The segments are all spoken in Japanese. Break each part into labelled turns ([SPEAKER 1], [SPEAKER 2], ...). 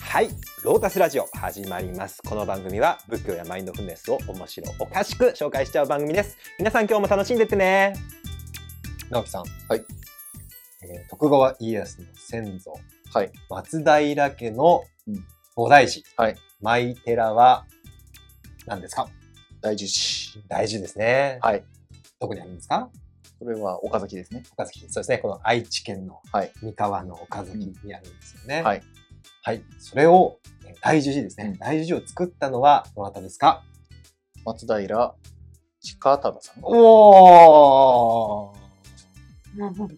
[SPEAKER 1] はいロータスラジオ始まりますこの番組は仏教やマインドフルネスを面白おかしく紹介しちゃう番組です皆さん今日も楽しんでってね直樹さん
[SPEAKER 2] はい、
[SPEAKER 1] えー徳川家康の先祖
[SPEAKER 2] はい。
[SPEAKER 1] 松平家の
[SPEAKER 2] うん
[SPEAKER 1] 菩提寺、
[SPEAKER 2] はい
[SPEAKER 1] 舞寺は何ですか
[SPEAKER 2] 第十子。
[SPEAKER 1] 大事ですね
[SPEAKER 2] はい。
[SPEAKER 1] どこにあるんですか
[SPEAKER 2] それは岡崎ですね。
[SPEAKER 1] 岡崎そうですねこの愛知県の
[SPEAKER 2] はい
[SPEAKER 1] 三河の岡崎にあるんですよね、
[SPEAKER 2] んはい
[SPEAKER 1] はいそれをえー大樹寺ですね、
[SPEAKER 2] うん
[SPEAKER 1] 大樹寺を作ったのはどなたですか
[SPEAKER 2] 松平近忠さん。
[SPEAKER 1] おお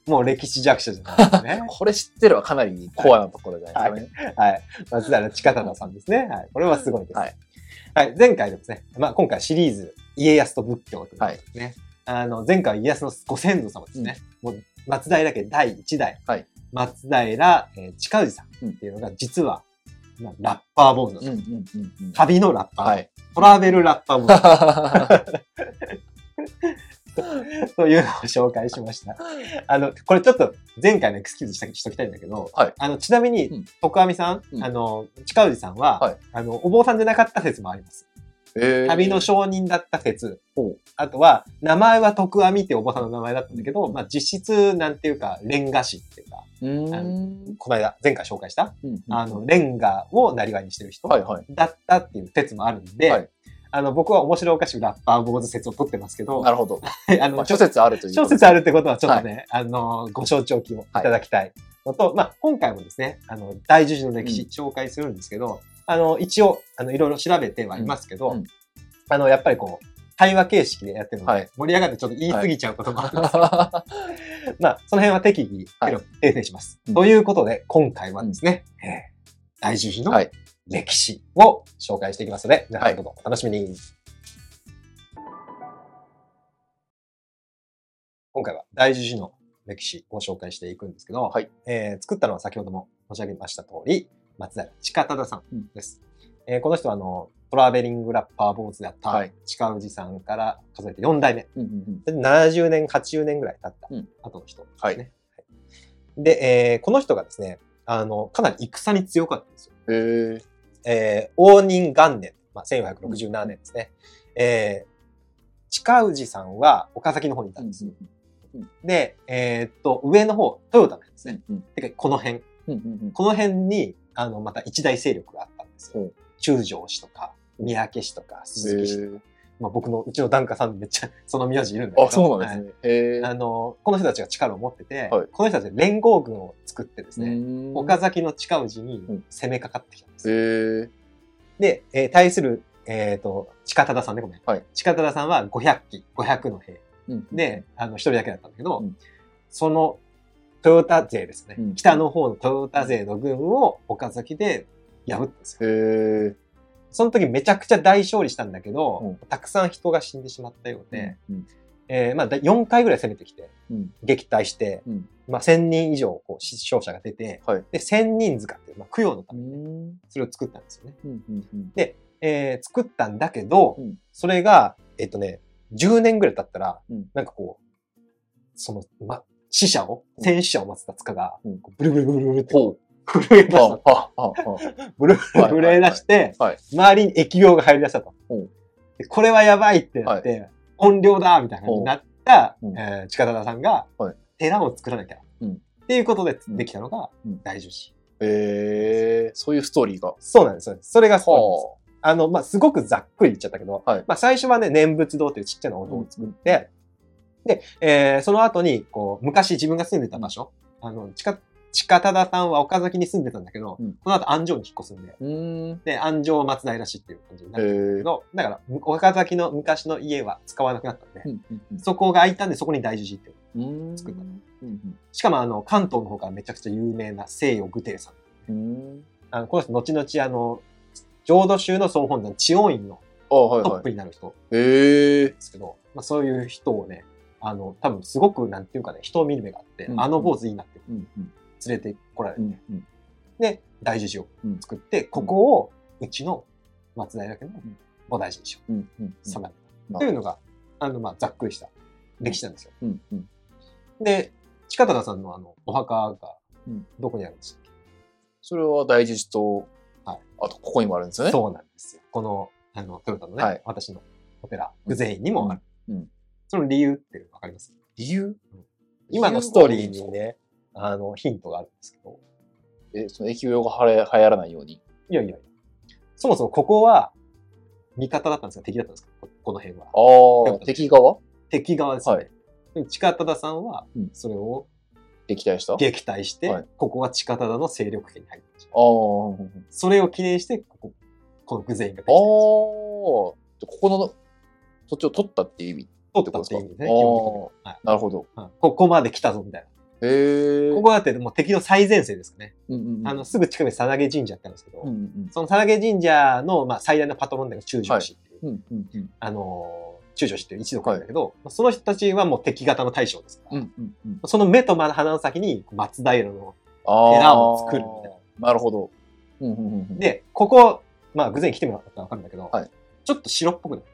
[SPEAKER 1] もう歴史弱者じゃないです ね
[SPEAKER 2] これ知ってるはかなりコアなところじゃないですかね。
[SPEAKER 1] はい松平近忠さんですね、はい、これはすごいです、
[SPEAKER 2] はい
[SPEAKER 1] はい前回でもですね、まあ、今回シリーズ「家康と仏教」ということですね、あの前回家康のご先祖様ですね、もう松平家第1代、
[SPEAKER 2] はい
[SPEAKER 1] 松平、えー近氏さんっていうのが実は、まあラッパー坊主なんです
[SPEAKER 2] うんうんうんうん。
[SPEAKER 1] 旅のラッパー、
[SPEAKER 2] はい。
[SPEAKER 1] トラベルラッパー坊主というのを紹介しました。あの、これちょっと前回のエクスキューズしたしときたいんだけど、
[SPEAKER 2] はい
[SPEAKER 1] あの、ちなみに、
[SPEAKER 2] うん
[SPEAKER 1] 徳阿弥さん、
[SPEAKER 2] うん
[SPEAKER 1] あの、近氏さんは、
[SPEAKER 2] はい
[SPEAKER 1] あの、お坊さんじゃなかった説もあります。
[SPEAKER 2] えー
[SPEAKER 1] 旅の商人だった説
[SPEAKER 2] ほう。
[SPEAKER 1] あとは、名前は徳阿弥ってお坊さんの名前だったんだけど、まあ、実質、なんていうか、レンガ師っていうか、
[SPEAKER 2] うーん。
[SPEAKER 1] この間、前回紹介した、
[SPEAKER 2] うんうん
[SPEAKER 1] あの、レンガをなりわいにしてる人
[SPEAKER 2] はいはい。
[SPEAKER 1] だったっていう説もあるんで、
[SPEAKER 2] はい
[SPEAKER 1] あの、僕は面白おかしくラッパー坊主説を取ってますけど、
[SPEAKER 2] なるほど。
[SPEAKER 1] あ
[SPEAKER 2] ま
[SPEAKER 1] の、
[SPEAKER 2] あ諸説あるという。
[SPEAKER 1] 小説あるってことはちょっとね、あの、ご承知おきをいただきたいのと、まあ、今回もですね、あの、大樹寺の歴史
[SPEAKER 2] う
[SPEAKER 1] 紹介するんですけど、あの、一応、あの、いろいろ調べてはいますけど、
[SPEAKER 2] うんうん
[SPEAKER 1] あの、やっぱりこう、対話形式でやってるので、
[SPEAKER 2] はい
[SPEAKER 1] 盛り上がってちょっと言い過ぎちゃうこともあるんですけど、
[SPEAKER 2] は
[SPEAKER 1] まあ、その辺は適宜、
[SPEAKER 2] はい
[SPEAKER 1] けど訂正します。
[SPEAKER 2] うん
[SPEAKER 1] ということで、今回はですね、えー大樹寺
[SPEAKER 2] は
[SPEAKER 1] の
[SPEAKER 2] い
[SPEAKER 1] 歴史を紹介していきますので、皆さ
[SPEAKER 2] は
[SPEAKER 1] ん
[SPEAKER 2] い
[SPEAKER 1] どうぞお楽しみに。今回は大樹寺の歴史を紹介していくんですけど、
[SPEAKER 2] はい
[SPEAKER 1] えー作ったのは先ほども申し上げました通り、松平近忠さんです。えーこの人はあのトラベリングラッパー坊主であった、
[SPEAKER 2] はい
[SPEAKER 1] 近氏さんから数えて4代目
[SPEAKER 2] いうんうん
[SPEAKER 1] で70年、80年ぐらい経った
[SPEAKER 2] うん
[SPEAKER 1] 後の人ですね。
[SPEAKER 2] はい
[SPEAKER 1] はいで、えーこの人がですね、あの、かなり戦に強かったんですよ。
[SPEAKER 2] うん。えー
[SPEAKER 1] えー、応仁元年、まあ、1467年ですね。えー、近氏さんは岡崎の方にいたんですよ。で、えーっと、上の方、豊田の辺ですね。
[SPEAKER 2] うん
[SPEAKER 1] てか、この辺。
[SPEAKER 2] うんうん
[SPEAKER 1] この辺に、あの、また一大勢力があったんです
[SPEAKER 2] う
[SPEAKER 1] よ
[SPEAKER 2] ん。
[SPEAKER 1] 中条氏とか、三宅氏とか、
[SPEAKER 2] う
[SPEAKER 1] 鈴
[SPEAKER 2] ん
[SPEAKER 1] 木氏とか。
[SPEAKER 2] え
[SPEAKER 1] まあ、僕の、うちの檀家さんめっちゃ、その名字いるんだけ
[SPEAKER 2] ー
[SPEAKER 1] ど。
[SPEAKER 2] あ、そうなんですね。えー
[SPEAKER 1] あの、この人たちが力を持ってて、
[SPEAKER 2] はい
[SPEAKER 1] この人たちで連合軍を作ってです
[SPEAKER 2] う
[SPEAKER 1] ね、
[SPEAKER 2] ーん
[SPEAKER 1] 岡崎の近氏に
[SPEAKER 2] うん
[SPEAKER 1] 攻めかかってきたんです
[SPEAKER 2] え
[SPEAKER 1] よ。
[SPEAKER 2] ー
[SPEAKER 1] で、えー対する、えっ、と、近忠さんね、ごめん。
[SPEAKER 2] はい
[SPEAKER 1] 近忠さんは500機、500の兵
[SPEAKER 2] うん
[SPEAKER 1] で、あの、一人だけだったんだけど、
[SPEAKER 2] うん
[SPEAKER 1] その、トヨタ勢ですね、
[SPEAKER 2] うん
[SPEAKER 1] 北の方のトヨタ勢の軍を岡崎で破ったんですよ。
[SPEAKER 2] えー
[SPEAKER 1] その時めちゃくちゃ大勝利したんだけど、
[SPEAKER 2] うん
[SPEAKER 1] たくさん人が死んでしまったようで、
[SPEAKER 2] うん
[SPEAKER 1] えーまあ、だ4回ぐらい攻めてきて、
[SPEAKER 2] うん
[SPEAKER 1] 撃退して、
[SPEAKER 2] うん
[SPEAKER 1] まあ、1000人以上こう死傷者が出て、
[SPEAKER 2] はい
[SPEAKER 1] で千人塚っていう、まあ、供養のた
[SPEAKER 2] う
[SPEAKER 1] めに
[SPEAKER 2] ん
[SPEAKER 1] それを作ったんですよね。
[SPEAKER 2] うんうんうん
[SPEAKER 1] えー作ったんだけど、
[SPEAKER 2] うん
[SPEAKER 1] それが、えっとね、10年ぐらい経ったら、
[SPEAKER 2] うん
[SPEAKER 1] なんかこう、その、ま、死者を、戦死者を祀った塚が、
[SPEAKER 2] うん
[SPEAKER 1] こうブルブルブルブルって
[SPEAKER 2] ほう。
[SPEAKER 1] 震え出した。
[SPEAKER 2] あ、あ、あ、あ。
[SPEAKER 1] ブルブル震え出して、
[SPEAKER 2] はい。
[SPEAKER 1] 周りに疫病が入り出したと
[SPEAKER 2] うん。
[SPEAKER 1] でこれはやばいってなって、怨霊だみたいな感じになった、
[SPEAKER 2] うん
[SPEAKER 1] えー近田さんが
[SPEAKER 2] はい、
[SPEAKER 1] 寺を作らなきゃ。
[SPEAKER 2] うん
[SPEAKER 1] っていうことで
[SPEAKER 2] うん
[SPEAKER 1] できたのが
[SPEAKER 2] うん
[SPEAKER 1] 大樹寺。
[SPEAKER 2] ええそういうストーリーが。
[SPEAKER 1] そうなんです。そうなんですそれがそうなんです。
[SPEAKER 2] は
[SPEAKER 1] あの、まあ、すごくざっくり言っちゃったけど、
[SPEAKER 2] はい
[SPEAKER 1] まあ、最初はね、念仏堂というちっちゃなお堂を作って、で、えーその後に、こう、昔自分が住んでた場所、あの、近、近忠さんは岡崎に住んでたんだけど、
[SPEAKER 2] うん
[SPEAKER 1] この後安城に引っ越すんで、
[SPEAKER 2] あ。うん。
[SPEAKER 1] で、安城松平市っていう感じに
[SPEAKER 2] え
[SPEAKER 1] な
[SPEAKER 2] え
[SPEAKER 1] るんだけど、だから、岡崎の昔の家は使わなくなったんで、
[SPEAKER 2] うん
[SPEAKER 1] そこが空いたんで、そこに大樹寺っていう。
[SPEAKER 2] うん
[SPEAKER 1] 作った
[SPEAKER 2] うん
[SPEAKER 1] しかも、あの、関東の方からめちゃくちゃ有名な西洋具亭さん。
[SPEAKER 2] うん。
[SPEAKER 1] あの、この人、後々、あの、浄土宗の総本山、知恩院の
[SPEAKER 2] あ、はい
[SPEAKER 1] ト
[SPEAKER 2] は
[SPEAKER 1] ップ
[SPEAKER 2] い。
[SPEAKER 1] になる人
[SPEAKER 2] ええ
[SPEAKER 1] ですけど、まあ、そういう人をね、あの、多分すごく、なんていうかね、人を見る目があって、
[SPEAKER 2] うん
[SPEAKER 1] あの坊主いいなって
[SPEAKER 2] うんうん
[SPEAKER 1] 連れてこられて、
[SPEAKER 2] うんうん。
[SPEAKER 1] で、大樹寺を作って、ここを、うちの松平家の
[SPEAKER 2] ん
[SPEAKER 1] 菩提寺にしよ
[SPEAKER 2] うんうん。
[SPEAKER 1] う。定め
[SPEAKER 2] う
[SPEAKER 1] た。
[SPEAKER 2] ん
[SPEAKER 1] というのが、あの、まあ、ざっくりした歴史なんですよ。
[SPEAKER 2] うんうん。
[SPEAKER 1] で、近田さんのあの、お墓が
[SPEAKER 2] うん、
[SPEAKER 1] どこにあるんですか、
[SPEAKER 2] それは大樹寺と
[SPEAKER 1] はい
[SPEAKER 2] あと、ここにもあるんですよね。
[SPEAKER 1] そうなんですよ。この、あの、トヨタのね、
[SPEAKER 2] はい
[SPEAKER 1] 私のお寺、偶然院にもある。
[SPEAKER 2] うんうん
[SPEAKER 1] その理由ってわかります
[SPEAKER 2] 理由
[SPEAKER 1] 今のストーリーにね、あの、ヒントがあるんですけど、
[SPEAKER 2] え、その疫病がはれ流行らないように。
[SPEAKER 1] いやいやいやそもそもここは、味方だったんですか敵だったんですかここの辺は。
[SPEAKER 2] ああ、敵側
[SPEAKER 1] 敵側ですよね。
[SPEAKER 2] はい
[SPEAKER 1] でも近忠さんは
[SPEAKER 2] うん、
[SPEAKER 1] それを
[SPEAKER 2] 撃退したああ、
[SPEAKER 1] 撃退して、
[SPEAKER 2] はい
[SPEAKER 1] ここは近忠の勢力圏に入ってしまう
[SPEAKER 2] うんうんうん
[SPEAKER 1] それを記念して、ここ、この偶然院ができ
[SPEAKER 2] ああ、
[SPEAKER 1] たんです。
[SPEAKER 2] ここの土地を取ったっていう意味。
[SPEAKER 1] 取ったっていう意味でね、
[SPEAKER 2] あー
[SPEAKER 1] 基本的にははい
[SPEAKER 2] なるほど。
[SPEAKER 1] うんここまで来たぞ、みたい
[SPEAKER 2] へえ。
[SPEAKER 1] な。ここだってもう敵の最前線ですかね。
[SPEAKER 2] うんうん、
[SPEAKER 1] あの、すぐ近くにサナゲ神社ってあるんですけど、
[SPEAKER 2] うんうん
[SPEAKER 1] そのサナゲ神社の、まあ、最大のパトロンでが中将氏っていう、
[SPEAKER 2] うん、うんうんうん。
[SPEAKER 1] あのー中将氏っていう一族なんだけど、まあその人たちはもう敵型の大将ですから、
[SPEAKER 2] うんうんうん。
[SPEAKER 1] その目と鼻の先に松平の、
[SPEAKER 2] あー
[SPEAKER 1] 寺を作るみたい
[SPEAKER 2] な。るほど。うんうんうんうん。
[SPEAKER 1] で、ここ、まあ、偶然来てもらったらわかるんだけど、
[SPEAKER 2] はい
[SPEAKER 1] ちょっと白っぽくない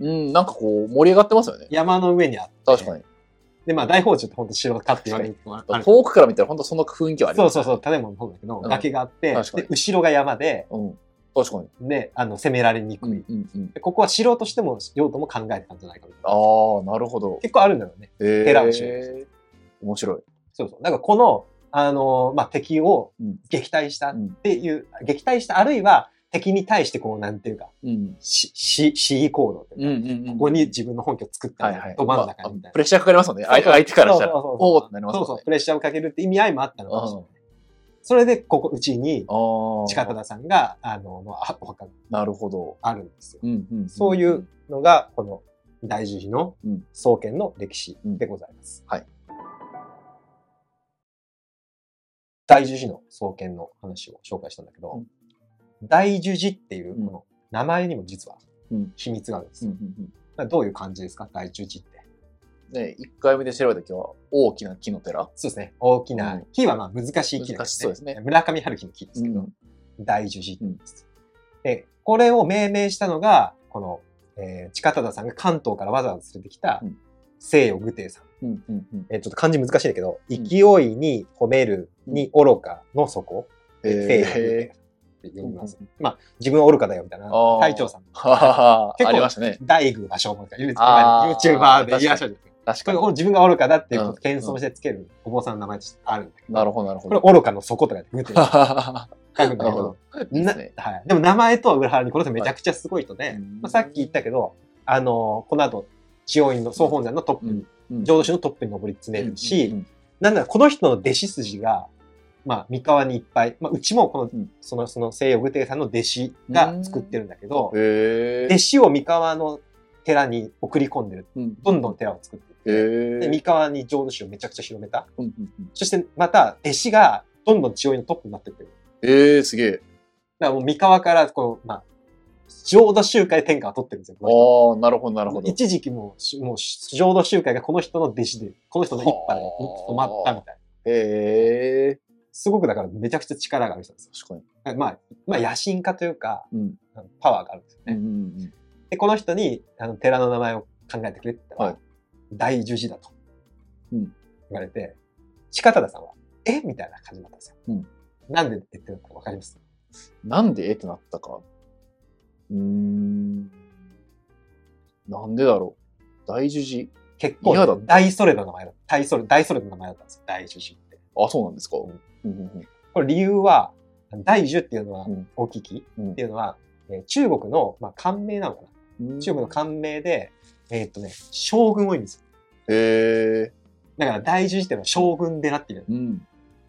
[SPEAKER 2] うん、なんかこう、盛り上がってますよね。
[SPEAKER 1] 山の上にあって、
[SPEAKER 2] 確かに。
[SPEAKER 1] で、まあ、大宝柱って本当白かって言われるとある
[SPEAKER 2] 遠くから見たら本当その雰囲気はあり
[SPEAKER 1] そ
[SPEAKER 2] ま
[SPEAKER 1] う
[SPEAKER 2] す。
[SPEAKER 1] そうそう、建物の方だけど、
[SPEAKER 2] うん
[SPEAKER 1] 崖があって、
[SPEAKER 2] 確か
[SPEAKER 1] で
[SPEAKER 2] に
[SPEAKER 1] 後ろが山で、
[SPEAKER 2] う。うん。確かに。
[SPEAKER 1] で、あの、攻められにくい。
[SPEAKER 2] うんうんうん。
[SPEAKER 1] でここは城としても用途も考えてたんじゃないかみたいな。
[SPEAKER 2] ああ、なるほど。
[SPEAKER 1] 結構あるんだろうね。
[SPEAKER 2] え
[SPEAKER 1] 寺を知るんで
[SPEAKER 2] 面白い。
[SPEAKER 1] そうそう。なんかこの、あのーまあ、敵を
[SPEAKER 2] うん
[SPEAKER 1] 撃退したっ
[SPEAKER 2] うん
[SPEAKER 1] ていう、撃退した、あるいは敵に対してこう、なんていうか、
[SPEAKER 2] うん。
[SPEAKER 1] し、し、示意行動というか、
[SPEAKER 2] ん
[SPEAKER 1] ここに自分の本拠を作った
[SPEAKER 2] は
[SPEAKER 1] り
[SPEAKER 2] い
[SPEAKER 1] とか、
[SPEAKER 2] はい。
[SPEAKER 1] ど真ん中にみ
[SPEAKER 2] ま
[SPEAKER 1] た
[SPEAKER 2] あ
[SPEAKER 1] い
[SPEAKER 2] プ
[SPEAKER 1] な。
[SPEAKER 2] レッシャーかかりますよね。
[SPEAKER 1] そう
[SPEAKER 2] 相
[SPEAKER 1] そう
[SPEAKER 2] 相手からしたら。
[SPEAKER 1] そうそうそう
[SPEAKER 2] おおってなります
[SPEAKER 1] そうそ
[SPEAKER 2] よ
[SPEAKER 1] う
[SPEAKER 2] ね。、
[SPEAKER 1] プレッシャーをかけるって意味合いもあったのかもしれない。
[SPEAKER 2] う
[SPEAKER 1] それで、ここ、うちに、
[SPEAKER 2] ああ。
[SPEAKER 1] 近田さんが、あの、のあお墓が
[SPEAKER 2] なるほど。
[SPEAKER 1] あるんですよ。
[SPEAKER 2] うんうん。
[SPEAKER 1] そういう。のが、この大樹寺の
[SPEAKER 2] うん
[SPEAKER 1] 創建の歴史でございます。
[SPEAKER 2] うんはい。
[SPEAKER 1] 大樹寺の創建の話を紹介したんだけど、
[SPEAKER 2] うん
[SPEAKER 1] 大樹寺っていう
[SPEAKER 2] うん
[SPEAKER 1] この名前にも実は
[SPEAKER 2] うん
[SPEAKER 1] 秘密があるんです
[SPEAKER 2] うんう
[SPEAKER 1] よ。
[SPEAKER 2] んうん。
[SPEAKER 1] まあどういう感じですか大樹寺って。
[SPEAKER 2] ね、一回目で調べた時は、大きな木の寺。
[SPEAKER 1] そうですね。大き
[SPEAKER 2] う
[SPEAKER 1] なん木はまあ難しい木
[SPEAKER 2] 難しそうですね
[SPEAKER 1] 村上春樹の木ですけど、
[SPEAKER 2] うん
[SPEAKER 1] 大樹寺って言うんです。で、これを命名したのが、この、えー、近忠さんが関東からわざわざ連れてきた
[SPEAKER 2] うん、
[SPEAKER 1] 西洋具亭さん。
[SPEAKER 2] うんうんうん。
[SPEAKER 1] えーちょっと漢字難しいんだけど、
[SPEAKER 2] ん
[SPEAKER 1] 勢いに褒めるに愚かの底。西洋具
[SPEAKER 2] え
[SPEAKER 1] 亭さんって呼びます。まあ、自分は愚かだよみたいな、
[SPEAKER 2] あー
[SPEAKER 1] 隊長さん。
[SPEAKER 2] ー。ははは
[SPEAKER 1] 結構
[SPEAKER 2] ありましたね。
[SPEAKER 1] 大工がしょうもないから、
[SPEAKER 2] あー
[SPEAKER 1] YouTuber でいらっしゃる。
[SPEAKER 2] 確
[SPEAKER 1] こ
[SPEAKER 2] か
[SPEAKER 1] れ
[SPEAKER 2] に。
[SPEAKER 1] 俺自分が愚かだっていうことを
[SPEAKER 2] うん
[SPEAKER 1] 謙遜してつけるお坊さんの名前としてあるんだけど。
[SPEAKER 2] なるほど、なるほ
[SPEAKER 1] これ
[SPEAKER 2] ど。
[SPEAKER 1] 愚かの底とかでグッて書くんだ
[SPEAKER 2] な
[SPEAKER 1] け
[SPEAKER 2] るほ
[SPEAKER 1] ど
[SPEAKER 2] ど。。 いいですね。
[SPEAKER 1] はい、でも名前とは裏腹にこの人めちゃくちゃすごい人で、
[SPEAKER 2] い
[SPEAKER 1] まあ、さっき言ったけど、あのこの後千代院の総本山のトップに、
[SPEAKER 2] うん
[SPEAKER 1] 浄土宗のトップに上り詰めるし、
[SPEAKER 2] うんうん
[SPEAKER 1] なんならこの人の弟子筋が、まあ、三河にいっぱい、まあ、うちもこの,、
[SPEAKER 2] うん
[SPEAKER 1] そのその西洋具亭さんの弟子が作ってるんだけど
[SPEAKER 2] うん、へ
[SPEAKER 1] 弟子を三河の寺に送り込んでる
[SPEAKER 2] え。
[SPEAKER 1] どんどん寺を作って
[SPEAKER 2] へ
[SPEAKER 1] る、
[SPEAKER 2] え。
[SPEAKER 1] で三河に浄土宗をめちゃくちゃ広めた
[SPEAKER 2] うんうんうん
[SPEAKER 1] そしてまた弟子がどんどん千代院のトップになってってる
[SPEAKER 2] ええ、すげえ。
[SPEAKER 1] だからもう三河から、この、まあ、浄土集会で天下を取ってるんですよ、
[SPEAKER 2] あ
[SPEAKER 1] この
[SPEAKER 2] あ
[SPEAKER 1] 人
[SPEAKER 2] ー、なるほど、なるほど。
[SPEAKER 1] 一時期もうし、もう、浄土集会がこの人の弟子で、この人の一派で
[SPEAKER 2] はあ
[SPEAKER 1] 止まったみたいな。
[SPEAKER 2] へえ。
[SPEAKER 1] すごくだからめちゃくちゃ力がある人なんですよ
[SPEAKER 2] 確かに。
[SPEAKER 1] はい。まあ、まあ、野心家というか、
[SPEAKER 2] うん。
[SPEAKER 1] パワーがあるんですよ
[SPEAKER 2] うんう
[SPEAKER 1] ね。
[SPEAKER 2] んうん。
[SPEAKER 1] で、この人に、あの、寺の名前を考えてくれって言ったら、
[SPEAKER 2] はい
[SPEAKER 1] 大樹寺だと。
[SPEAKER 2] うん
[SPEAKER 1] 言われて、近忠さんは、えみたいな感じだったんですよ。
[SPEAKER 2] うん
[SPEAKER 1] なんでって言ってるのかわかります
[SPEAKER 2] なんでえってなったかうーん。なんでだろう。大樹寺。
[SPEAKER 1] 結構
[SPEAKER 2] 嫌だ
[SPEAKER 1] ね、大それた名前だった。大それ、大それた名前だったんですよ。大樹寺って。
[SPEAKER 2] あ、そうなんですか。
[SPEAKER 1] うん
[SPEAKER 2] うんうんうん
[SPEAKER 1] これ理由は、大樹っていうのは
[SPEAKER 2] うん、
[SPEAKER 1] 大きい木
[SPEAKER 2] うん
[SPEAKER 1] っていうのは、えー中国の、まあ、官名なのか
[SPEAKER 2] うん
[SPEAKER 1] な。中国の官名で、えーっとね、将軍を意味する。
[SPEAKER 2] へえ。
[SPEAKER 1] だから大樹っていうのは将軍寺っていうの。
[SPEAKER 2] うん。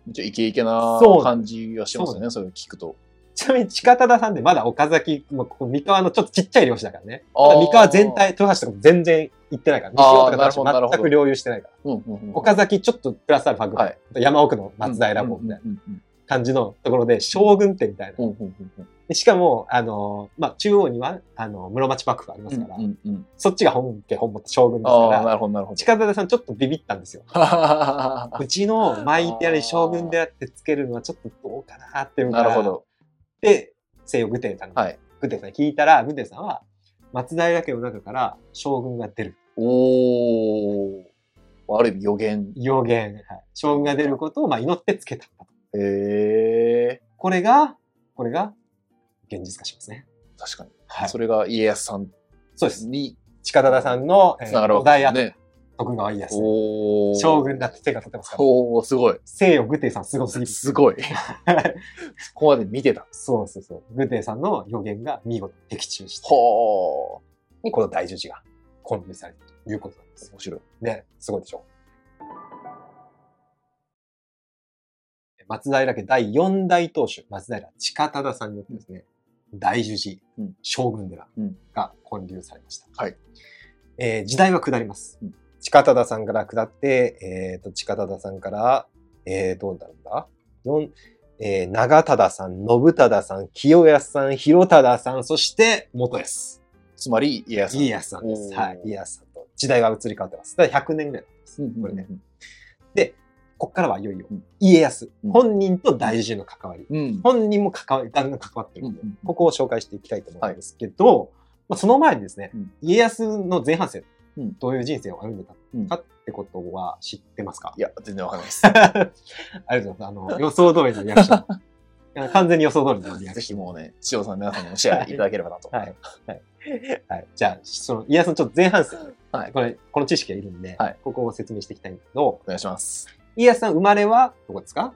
[SPEAKER 2] じゃイケイケな
[SPEAKER 1] そう
[SPEAKER 2] 感じがしますよね、それを聞くと。
[SPEAKER 1] ちなみに、近忠さんってまだ岡崎、もうここ三河のちょっとちっちゃい領主だからね。
[SPEAKER 2] あ
[SPEAKER 1] ま
[SPEAKER 2] ー
[SPEAKER 1] だ三河全体、豊橋とかも全然行ってないから。西
[SPEAKER 2] あ
[SPEAKER 1] 尾
[SPEAKER 2] ー
[SPEAKER 1] とか
[SPEAKER 2] なるほどなる
[SPEAKER 1] と
[SPEAKER 2] ほど
[SPEAKER 1] 全く領有してないから。
[SPEAKER 2] うんうんうん
[SPEAKER 1] 岡崎ちょっとプラスアルファぐらい。
[SPEAKER 2] はい
[SPEAKER 1] 山奥の松平坊みたいな
[SPEAKER 2] うんうん
[SPEAKER 1] 感じのところで、将軍ってみたいな。
[SPEAKER 2] うんうんうんうんうん
[SPEAKER 1] でしかも、あの、まあ、中央には、あの、室町幕府ありますから、
[SPEAKER 2] うんうんうん
[SPEAKER 1] そっちが本家本元将軍ですか
[SPEAKER 2] ああ、な
[SPEAKER 1] ら、
[SPEAKER 2] るほど、な るほど。
[SPEAKER 1] 近田さんちょっとビビったんですよ。
[SPEAKER 2] はははは
[SPEAKER 1] うちの前行ってやり将軍であってつけるのはちょっとどうかなっていうか
[SPEAKER 2] な
[SPEAKER 1] ら。
[SPEAKER 2] るほ。ど。
[SPEAKER 1] で、西洋グテーさん、
[SPEAKER 2] はい
[SPEAKER 1] グテーさんに聞いたら、グテーさんは、松平家の中から将軍が出る。
[SPEAKER 2] おー。ある意味予言。
[SPEAKER 1] 予言。はい、将軍が出ることを、まあ、祈ってつけたんだと。
[SPEAKER 2] へえ。
[SPEAKER 1] これが、これが、現実化しますね。
[SPEAKER 2] 確かに。
[SPEAKER 1] はい。
[SPEAKER 2] それが家康さん
[SPEAKER 1] そうです。
[SPEAKER 2] に
[SPEAKER 1] 近忠さんの、え
[SPEAKER 2] つなが
[SPEAKER 1] ー、
[SPEAKER 2] る
[SPEAKER 1] 織
[SPEAKER 2] わけ
[SPEAKER 1] 田
[SPEAKER 2] です
[SPEAKER 1] や
[SPEAKER 2] ね。
[SPEAKER 1] 徳川家康。
[SPEAKER 2] おー
[SPEAKER 1] 将軍だって手が立ってますから。
[SPEAKER 2] おーすごい。
[SPEAKER 1] 西洋グテイさんすごすぎる。
[SPEAKER 2] す ごい。そこまで見てた。
[SPEAKER 1] そうそうそう。グテイさんの予言が見事的中して、
[SPEAKER 2] ほー。
[SPEAKER 1] にこの大十字が混入されたということなんですよ。
[SPEAKER 2] 面白い。
[SPEAKER 1] ね、すごいでしょ。松平家第4代当主、松平近忠さんによってですね、大樹寺、
[SPEAKER 2] うん
[SPEAKER 1] 将軍寺
[SPEAKER 2] うん
[SPEAKER 1] が建立されました。
[SPEAKER 2] はい
[SPEAKER 1] えー時代は下ります。
[SPEAKER 2] うん
[SPEAKER 1] 近忠さんから下って、えーと、近忠さんから、えー、どうなるんだ四えー長忠さん、信忠さん、清康さん、広忠さん、そして元康。
[SPEAKER 2] つまり家康さん。
[SPEAKER 1] 家康さんです。
[SPEAKER 2] おー
[SPEAKER 1] はい。家康さんと時代が移り変わってます。だから100年ぐらいなんです。
[SPEAKER 2] うん
[SPEAKER 1] これね。
[SPEAKER 2] うん
[SPEAKER 1] で、こっからはいよいよ
[SPEAKER 2] うん
[SPEAKER 1] 家康、
[SPEAKER 2] うん
[SPEAKER 1] 本人と大臣の関わり。
[SPEAKER 2] うん。
[SPEAKER 1] 本人も関わり、だんだん関わってるんで、
[SPEAKER 2] うん
[SPEAKER 1] ここを紹介していきたいと思うんですけど、まあ、その前にですね、
[SPEAKER 2] うん
[SPEAKER 1] 家康の前半生
[SPEAKER 2] うん、
[SPEAKER 1] どういう人生を歩んでた
[SPEAKER 2] うん
[SPEAKER 1] かってことは知ってますか、
[SPEAKER 2] いや、全然わかんないです。
[SPEAKER 1] ありがとうございます。あの、 予想通りのリアクション。完全に予想通りのリアク
[SPEAKER 2] ぜ
[SPEAKER 1] シ
[SPEAKER 2] ひ
[SPEAKER 1] ョン。
[SPEAKER 2] もうね、千代さん皆さんにもシェアいただければなと。
[SPEAKER 1] はい。はい。 はい。じゃあ、その、家康のちょっと前半生、
[SPEAKER 2] はい
[SPEAKER 1] これ、この知識がいるんで、
[SPEAKER 2] はい
[SPEAKER 1] ここを説明していきたいんだけど、
[SPEAKER 2] お願いします。
[SPEAKER 1] 家康さん生まれは、どこですか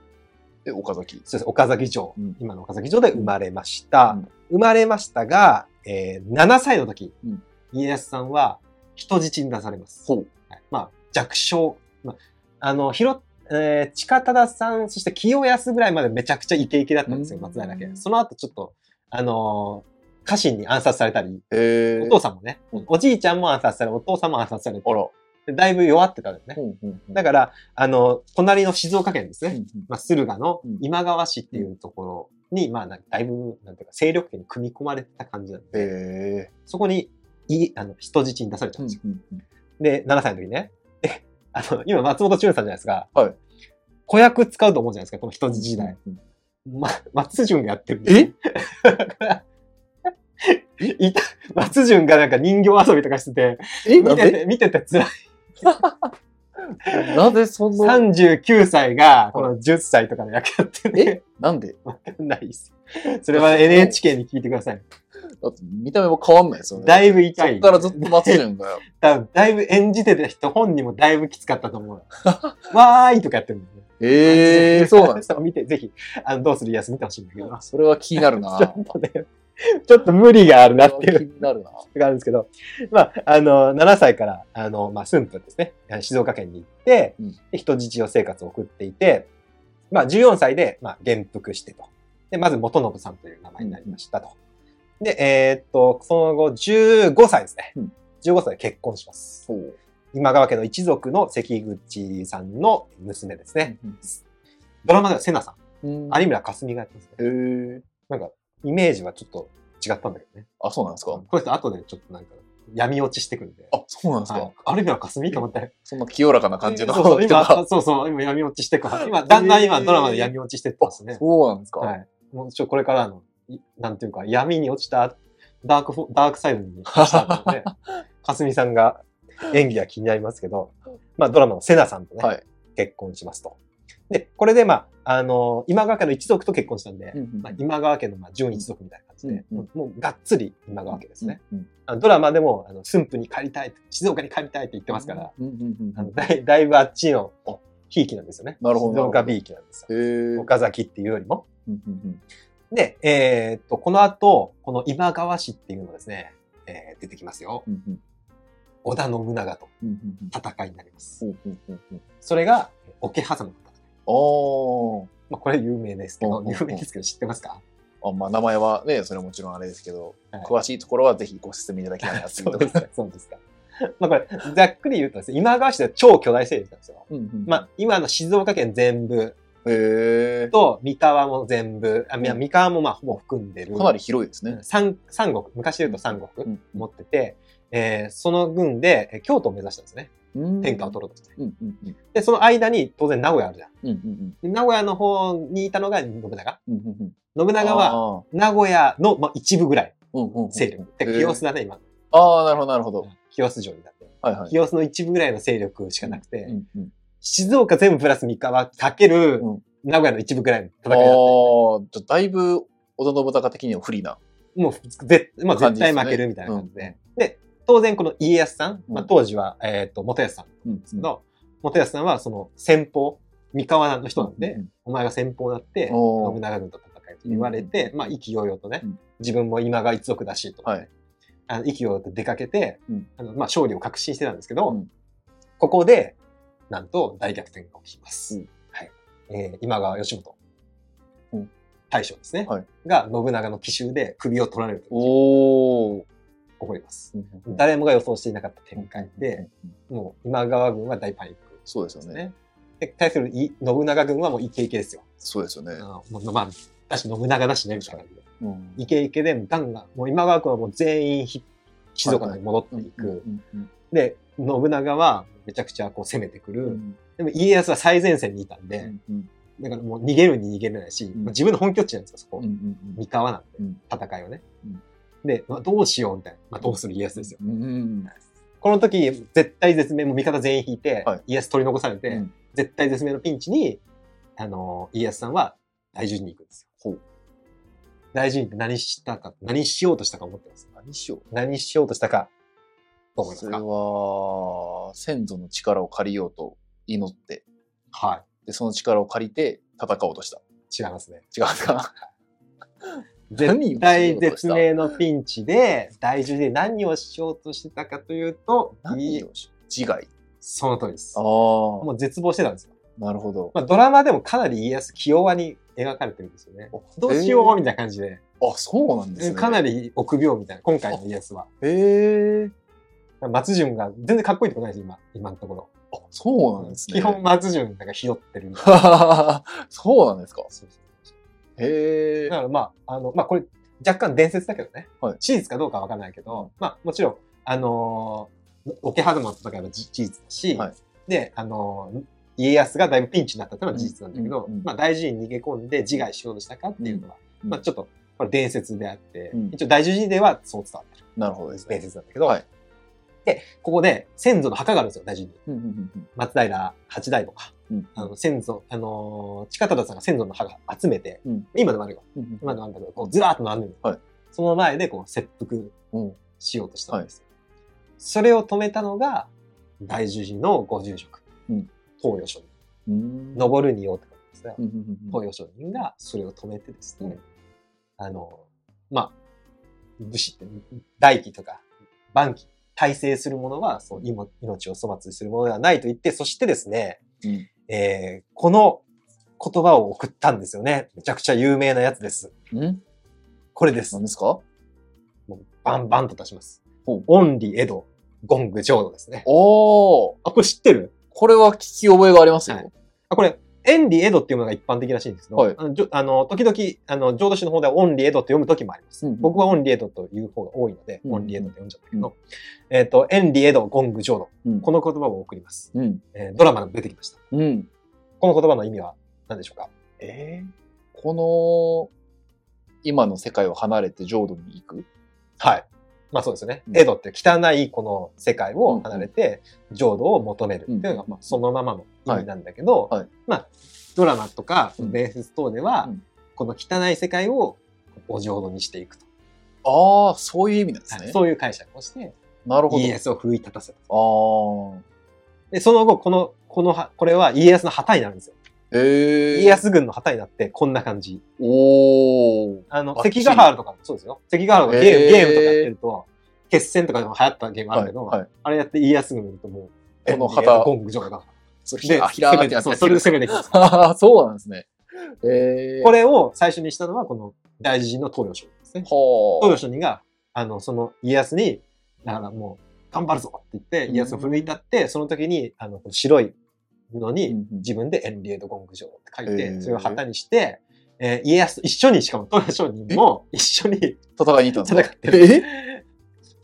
[SPEAKER 2] で、岡崎。
[SPEAKER 1] そうです、岡崎城。
[SPEAKER 2] うん
[SPEAKER 1] 今の岡崎城で生まれました。
[SPEAKER 2] うん
[SPEAKER 1] 生まれましたが、えー7歳の時、
[SPEAKER 2] うん
[SPEAKER 1] 家康さんは人質に出されます。
[SPEAKER 2] ほう。
[SPEAKER 1] はいまあ、弱小。まあ、あの、ひろ、えー、近忠さん、そして清康ぐらいまでめちゃくちゃイケイケだったんですよ、
[SPEAKER 2] うん
[SPEAKER 1] 松平家。その後ちょっと、あのー家臣に暗殺されたり、
[SPEAKER 2] へ
[SPEAKER 1] お
[SPEAKER 2] ー
[SPEAKER 1] 父さんもね、
[SPEAKER 2] うん
[SPEAKER 1] おじいちゃんも暗殺され、お父さんも暗殺されて
[SPEAKER 2] あ、ら。
[SPEAKER 1] でだいぶ弱ってたんだよね。
[SPEAKER 2] んうん
[SPEAKER 1] だから、あの、隣の静岡県ですね、まあ、駿河の
[SPEAKER 2] うん
[SPEAKER 1] 今川市っていうところに、まあ、なだいぶ、なんていうか、勢力圏に組み込まれてた感じなんで、
[SPEAKER 2] へ
[SPEAKER 1] そこに、いあの、人質に出されちゃ
[SPEAKER 2] ー
[SPEAKER 1] うんですよ。で、7歳の時ね。で、あの、今、松本潤さんじゃないですか。
[SPEAKER 2] はい
[SPEAKER 1] 子役使うと思うじゃないですか、この人質時代。。ま、松潤がやってるんですよ。だから いた、松潤がなんか人形遊びとかしてて、
[SPEAKER 2] え
[SPEAKER 1] 見
[SPEAKER 2] なん
[SPEAKER 1] て
[SPEAKER 2] で
[SPEAKER 1] て、見てて辛い。
[SPEAKER 2] なぜその、
[SPEAKER 1] 39歳が、この10歳とかの役やって
[SPEAKER 2] え
[SPEAKER 1] ね。
[SPEAKER 2] なんで
[SPEAKER 1] ないです。それは NHK に聞いてください。
[SPEAKER 2] だって見た目も変わんないですよね。
[SPEAKER 1] だいぶ痛
[SPEAKER 2] そ
[SPEAKER 1] い。
[SPEAKER 2] っからずっと松 潤が、
[SPEAKER 1] だだいぶ演じてた人本人もだいぶきつかったと 思う。わーいとかやってるんだよね。
[SPEAKER 2] えー、そうなん です
[SPEAKER 1] す見て、ぜひ、あの、どうする家康見てほしいんだけど。
[SPEAKER 2] それは気になるな
[SPEAKER 1] ちょっとね、ちょっと無理があるなって
[SPEAKER 2] そ
[SPEAKER 1] い
[SPEAKER 2] れ
[SPEAKER 1] う
[SPEAKER 2] は気。になるな
[SPEAKER 1] があるんですけど、まあ、あの、7歳から、あの、まあ、駿府ですね、あの静岡県に行って、
[SPEAKER 2] うん
[SPEAKER 1] で人質を生活を送っていて、まあ、14歳で、まあ、元服してと。で、まず元信さんという名前になりましたと。で、えーっと、その後、15歳ですね。
[SPEAKER 2] うん
[SPEAKER 1] 15歳で結婚します。
[SPEAKER 2] そう。
[SPEAKER 1] 今川家の一族の関口さんの娘ですね。ドラマでは瀬名さん、
[SPEAKER 2] うん
[SPEAKER 1] 有村架純がやってますね。
[SPEAKER 2] へー
[SPEAKER 1] なんか、イメージはちょっと違ったんだけどね。
[SPEAKER 2] あ、そうなんですか
[SPEAKER 1] この人後でちょっとなんか、闇落ちしてくるんで。
[SPEAKER 2] あ、そうなんです
[SPEAKER 1] はい
[SPEAKER 2] か、
[SPEAKER 1] あるいは霞と思って。
[SPEAKER 2] そんな清らかな感じ の
[SPEAKER 1] そうそう、
[SPEAKER 2] 人が。
[SPEAKER 1] 今、そうそう、今闇落ちしてく から。今、だんだん今ドラマで闇落ちしてってますね。
[SPEAKER 2] そうなんですか、
[SPEAKER 1] はい。もうちょ、これからの、いなんていうか、闇に落ちた、ダークフォ、ダークサイドに落ちたので、 霞さんが演技が気になりますけ ど、まあドラマのセナさんとね、
[SPEAKER 2] はい
[SPEAKER 1] 結婚しますと。で、これでまあ、あの、今川家の一族と結婚したんで、
[SPEAKER 2] うんうん
[SPEAKER 1] まあ、今川家のまあ純一族みたいな感じで、
[SPEAKER 2] うん
[SPEAKER 1] も
[SPEAKER 2] う
[SPEAKER 1] うもうがっつり今川家ですね。
[SPEAKER 2] うんうん
[SPEAKER 1] あのドラマでも、あの、駿府に帰りたいって、静岡に帰りたいって言ってますから、
[SPEAKER 2] うんうんうん
[SPEAKER 1] あの だいだいぶあっちのひいきなんですよね。
[SPEAKER 2] なるほど
[SPEAKER 1] 静岡 B きなんです
[SPEAKER 2] へ
[SPEAKER 1] よ。
[SPEAKER 2] ー
[SPEAKER 1] 岡崎っていうよりも。
[SPEAKER 2] うんうんうん
[SPEAKER 1] で、えーっと、この後、この今川氏っていうのがですね、えー出てきますよ。
[SPEAKER 2] うんうん
[SPEAKER 1] 織田信長と
[SPEAKER 2] うんうんうん
[SPEAKER 1] 戦いになります。
[SPEAKER 2] ほうほうほうほう
[SPEAKER 1] それが、桶狭間の戦い。
[SPEAKER 2] お
[SPEAKER 1] まあ、これ有名ですけ
[SPEAKER 2] う
[SPEAKER 1] ど
[SPEAKER 2] ん、うんうん
[SPEAKER 1] 有名ですけど知ってますか
[SPEAKER 2] ーあまあ、名前はね、それはもちろんあれですけど、
[SPEAKER 1] はい
[SPEAKER 2] 詳しいところはぜひご説明いただきたいなって
[SPEAKER 1] そ
[SPEAKER 2] いうと
[SPEAKER 1] う
[SPEAKER 2] こ
[SPEAKER 1] で
[SPEAKER 2] ろ
[SPEAKER 1] すか、 そうですか。まあこれ、ざっくり言うとですね、今川市では超巨大勢力なんですよ。
[SPEAKER 2] うんうん
[SPEAKER 1] まあ、今の静岡県全部
[SPEAKER 2] へ
[SPEAKER 1] と三河も全部、あみ
[SPEAKER 2] うん
[SPEAKER 1] 三河もまあほぼ含んでる。
[SPEAKER 2] ーかなり広いですね。
[SPEAKER 1] 三三国、昔で言うと三国
[SPEAKER 2] うん
[SPEAKER 1] 持ってて、えーその軍でえー京都を目指したんですね。
[SPEAKER 2] うん
[SPEAKER 1] 天下を取ろうとして。
[SPEAKER 2] うんうんうん
[SPEAKER 1] で、その間に当然名古屋あるじゃん。
[SPEAKER 2] うんうん
[SPEAKER 1] で名古屋の方にいたのが信長。
[SPEAKER 2] うんうんうん
[SPEAKER 1] 信長は
[SPEAKER 2] あー
[SPEAKER 1] 名古屋の、まあ、一部ぐらい
[SPEAKER 2] うんうんうん
[SPEAKER 1] 勢力。てか
[SPEAKER 2] へー
[SPEAKER 1] 清須だね、今。
[SPEAKER 2] ああ、なるほど、なるほど。
[SPEAKER 1] 清須城になって。
[SPEAKER 2] はいはい。
[SPEAKER 1] 清須の一部ぐらいの勢力しかなくて、
[SPEAKER 2] うんうん
[SPEAKER 1] 静岡全部プラス三河かける
[SPEAKER 2] うん
[SPEAKER 1] 名古屋の一部ぐらいの
[SPEAKER 2] ああ
[SPEAKER 1] 戦いだったよね、
[SPEAKER 2] ー、じゃあだいぶ織田信長的には不利な。
[SPEAKER 1] もう、ぜまあ、
[SPEAKER 2] 感
[SPEAKER 1] 絶
[SPEAKER 2] じです
[SPEAKER 1] 対
[SPEAKER 2] ね
[SPEAKER 1] 負けるみたいな感じで。で、当然この家康さん、まあ、
[SPEAKER 2] うん
[SPEAKER 1] 当時は、えっ、と、元康さん
[SPEAKER 2] うん。
[SPEAKER 1] の、元康さんはその先方、三河の人なんで、
[SPEAKER 2] うん
[SPEAKER 1] お前が先方だって、
[SPEAKER 2] おー
[SPEAKER 1] 信長軍と戦えと言われて、まあ、意気揚々とね、
[SPEAKER 2] うん
[SPEAKER 1] 自分も今が一族だしと、
[SPEAKER 2] はい
[SPEAKER 1] あの意気揚々と出かけて、
[SPEAKER 2] うん
[SPEAKER 1] あのまあ、勝利を確信してたんですけど、
[SPEAKER 2] うん
[SPEAKER 1] ここで、なんと大逆転が起きます。
[SPEAKER 2] うん
[SPEAKER 1] はいえー今川義元、
[SPEAKER 2] うん
[SPEAKER 1] 大将ですね、
[SPEAKER 2] はい
[SPEAKER 1] が信長の奇襲で首を取られると起
[SPEAKER 2] おお。
[SPEAKER 1] こります。
[SPEAKER 2] うん
[SPEAKER 1] 誰もが予想していなかった展開で、、
[SPEAKER 2] うん
[SPEAKER 1] もう今川軍は大パニック
[SPEAKER 2] そうです
[SPEAKER 1] です
[SPEAKER 2] よね。
[SPEAKER 1] ね。で、対するい信長軍はもうイケイケですよ。
[SPEAKER 2] そうですよね
[SPEAKER 1] あ。のもうまあ、だし信長だしね、みたいな感じで。
[SPEAKER 2] うん
[SPEAKER 1] イケイケで、ガンガン、もう今川君はもう全員ひ静岡に戻っていく。
[SPEAKER 2] うんうん
[SPEAKER 1] で、信長はめちゃくちゃこう攻めてくる。
[SPEAKER 2] うん
[SPEAKER 1] でも家康は最前線にいたんで、
[SPEAKER 2] うんうん
[SPEAKER 1] だからもう逃げるに逃げれないし、
[SPEAKER 2] ん
[SPEAKER 1] まあ自分の本拠地なんですよ、そこ。
[SPEAKER 2] うんうん
[SPEAKER 1] 三河なんで、
[SPEAKER 2] うん
[SPEAKER 1] 戦いをね。
[SPEAKER 2] うん
[SPEAKER 1] で、まあ、どうしようみたいな。まあ、どうする家康ですよ。
[SPEAKER 2] うんうん
[SPEAKER 1] この時、絶対絶命、もう味方全員引いて、
[SPEAKER 2] はい
[SPEAKER 1] 家康取り残されて、
[SPEAKER 2] うん
[SPEAKER 1] 絶対絶命のピンチに、あの、家康さんは大順に行くんですよ。
[SPEAKER 2] ほう
[SPEAKER 1] 大順に行って何したか、何しようとしたか思ってます。
[SPEAKER 2] 何しよう。
[SPEAKER 1] 何しようとしたか、と思いま
[SPEAKER 2] そ
[SPEAKER 1] す
[SPEAKER 2] れ
[SPEAKER 1] か
[SPEAKER 2] は、先祖の力を借りようと祈って、
[SPEAKER 1] は
[SPEAKER 2] で、その力を借りて戦おうとした。
[SPEAKER 1] い。違いますね。
[SPEAKER 2] 違うんですか何
[SPEAKER 1] 絶
[SPEAKER 2] をしよ
[SPEAKER 1] 対
[SPEAKER 2] うとし
[SPEAKER 1] 絶
[SPEAKER 2] た
[SPEAKER 1] 命のピンチで、大順で何をしようとしてたかというと、い
[SPEAKER 2] 何
[SPEAKER 1] い
[SPEAKER 2] をし自害。
[SPEAKER 1] その通りです
[SPEAKER 2] あ。あ、
[SPEAKER 1] もう絶望してたんですよ。
[SPEAKER 2] なるほど。
[SPEAKER 1] まあ、ドラマでもかなり家康、気弱に描かれてるんですよね。どうしようみたいな感じで、
[SPEAKER 2] あ、そうなんですね。
[SPEAKER 1] かな
[SPEAKER 2] り。
[SPEAKER 1] り臆病みたいな、今回の家康は。
[SPEAKER 2] ええ。
[SPEAKER 1] 松潤が全然かっこいいってことないです、今、今のところ。
[SPEAKER 2] あ、そうなんですね。
[SPEAKER 1] 基本。松潤なんかひよってるみたいな。
[SPEAKER 2] そうなんですか。
[SPEAKER 1] そうそうそう
[SPEAKER 2] へえ
[SPEAKER 1] だ。からまあ、あの、まあこれ若干伝説だけどね。
[SPEAKER 2] はい
[SPEAKER 1] 史実かどうかわからないけど、まあもちろん、あのー、桶狭間の戦いは事事実だし、
[SPEAKER 2] はい
[SPEAKER 1] で、あのー家康がだいぶピンチになったっていうのは事実なんだけど、
[SPEAKER 2] うんうんうん
[SPEAKER 1] まあ大事に逃げ込んで自害しようとしたかっていうのは、
[SPEAKER 2] うん
[SPEAKER 1] まあちょっと、これ伝説であって、
[SPEAKER 2] うん
[SPEAKER 1] 一応大十字ではそう伝わってる。
[SPEAKER 2] なるほどです
[SPEAKER 1] 伝
[SPEAKER 2] ね。
[SPEAKER 1] 説なんだけど、
[SPEAKER 2] はい
[SPEAKER 1] で、ここで先祖の墓があるんですよ、大十字に。
[SPEAKER 2] うんうんうん
[SPEAKER 1] 松平八大墓か。
[SPEAKER 2] うん
[SPEAKER 1] あの、先祖、あのー、近忠さんが先祖の墓集めて、
[SPEAKER 2] うん
[SPEAKER 1] 今でもあるよ。
[SPEAKER 2] うん
[SPEAKER 1] 今のあんだけど、こうずらーっと並んでるの、
[SPEAKER 2] はい
[SPEAKER 1] その前でこう切腹
[SPEAKER 2] うん
[SPEAKER 1] しようとしたんですよ、それを止めたのが、大樹寺のご住職、
[SPEAKER 2] うん
[SPEAKER 1] 東洋上人。
[SPEAKER 2] うん
[SPEAKER 1] 登るにようってことですね。
[SPEAKER 2] うんうんうん
[SPEAKER 1] 東洋上人がそれを止めてですね、
[SPEAKER 2] うん
[SPEAKER 1] あの、まあ、武士って、大器とか、晩期、大成する者は、そう、今命を粗末にするものではないと言って、そしてですね、
[SPEAKER 2] うん
[SPEAKER 1] えーこの言葉を送ったんですよね。めちゃくちゃ有名なやつです。
[SPEAKER 2] うん
[SPEAKER 1] これです
[SPEAKER 2] 何。ですか
[SPEAKER 1] もうバンバンと出します
[SPEAKER 2] ほう。
[SPEAKER 1] オンリーエド、ゴング、ジョードですね。
[SPEAKER 2] おー
[SPEAKER 1] あ、これ知ってる
[SPEAKER 2] これは聞き覚えがありますよ。
[SPEAKER 1] はいあ、これ、エンリーエドっていうものが一般的らしいんですけど、
[SPEAKER 2] はい
[SPEAKER 1] あのじょあの時々、あの、浄土宗の方ではオンリーエドって読む時もあります。
[SPEAKER 2] うんうん
[SPEAKER 1] 僕はオンリーエドという方が多いので、
[SPEAKER 2] うん
[SPEAKER 1] オンリーエドって読んじゃったけど、えっ、と、エンリーエド、ゴング、ジョード。
[SPEAKER 2] うん
[SPEAKER 1] この言葉を送ります。
[SPEAKER 2] うん。
[SPEAKER 1] えードラマでも出てきました。
[SPEAKER 2] うん。
[SPEAKER 1] この言葉の意味は何でしょうか
[SPEAKER 2] えーこの、今の世界を離れて浄土に行く。
[SPEAKER 1] はい。まあそうですよね。
[SPEAKER 2] うん
[SPEAKER 1] エドって汚いこの世界を離れて、浄土を求めるっていうのが
[SPEAKER 2] う、ん
[SPEAKER 1] まあそのままの意味なんだけど、
[SPEAKER 2] はいはい
[SPEAKER 1] まあ、ドラマとか、
[SPEAKER 2] うん
[SPEAKER 1] 伝説等では、
[SPEAKER 2] うん
[SPEAKER 1] この汚い世界をお浄土にしていくと。
[SPEAKER 2] ああ、そういう意味なんですね。
[SPEAKER 1] そういう解釈をして、
[SPEAKER 2] なるほど。
[SPEAKER 1] 家康を奮い立たせた。
[SPEAKER 2] ああ。
[SPEAKER 1] で、その後、この、このは、これは家康の旗になるんですよ。
[SPEAKER 2] ええー。
[SPEAKER 1] 家康軍の旗になって、こんな感じ。
[SPEAKER 2] おお。
[SPEAKER 1] あの、
[SPEAKER 2] バッチ
[SPEAKER 1] 関
[SPEAKER 2] リ
[SPEAKER 1] ヶ原とかもそうですよ。関ヶ原とかゲーム、
[SPEAKER 2] えー
[SPEAKER 1] ゲームとかやってると、決戦とかでも流行ったゲームあるけど、
[SPEAKER 2] はいはい
[SPEAKER 1] あれやって家康軍見るともう、
[SPEAKER 2] この旗
[SPEAKER 1] ゴング上が。
[SPEAKER 2] そ
[SPEAKER 1] で、
[SPEAKER 2] あ、ひら
[SPEAKER 1] 攻
[SPEAKER 2] ー
[SPEAKER 1] め
[SPEAKER 2] って
[SPEAKER 1] て、
[SPEAKER 2] やつ
[SPEAKER 1] そう、それで攻めていくん ですよ。
[SPEAKER 2] ああ、そうなんですね。ええー。
[SPEAKER 1] こ
[SPEAKER 2] れ、
[SPEAKER 1] れを最初にしたのは、この大地人の東洋商人ですね。
[SPEAKER 2] ほ
[SPEAKER 1] 東洋商人が、あの、その家康に、だからもう、頑張るぞって言って、
[SPEAKER 2] うん
[SPEAKER 1] 家康を奮い立って、その時に、あの、この白い布に、
[SPEAKER 2] うんうん
[SPEAKER 1] 自分でエンリエドゴング城って書い
[SPEAKER 2] へ
[SPEAKER 1] て、
[SPEAKER 2] ー
[SPEAKER 1] それを旗にして、えー家康と一緒に、しかも東洋商人も一緒に、
[SPEAKER 2] 戦いに行ったんですか
[SPEAKER 1] 戦
[SPEAKER 2] え
[SPEAKER 1] 東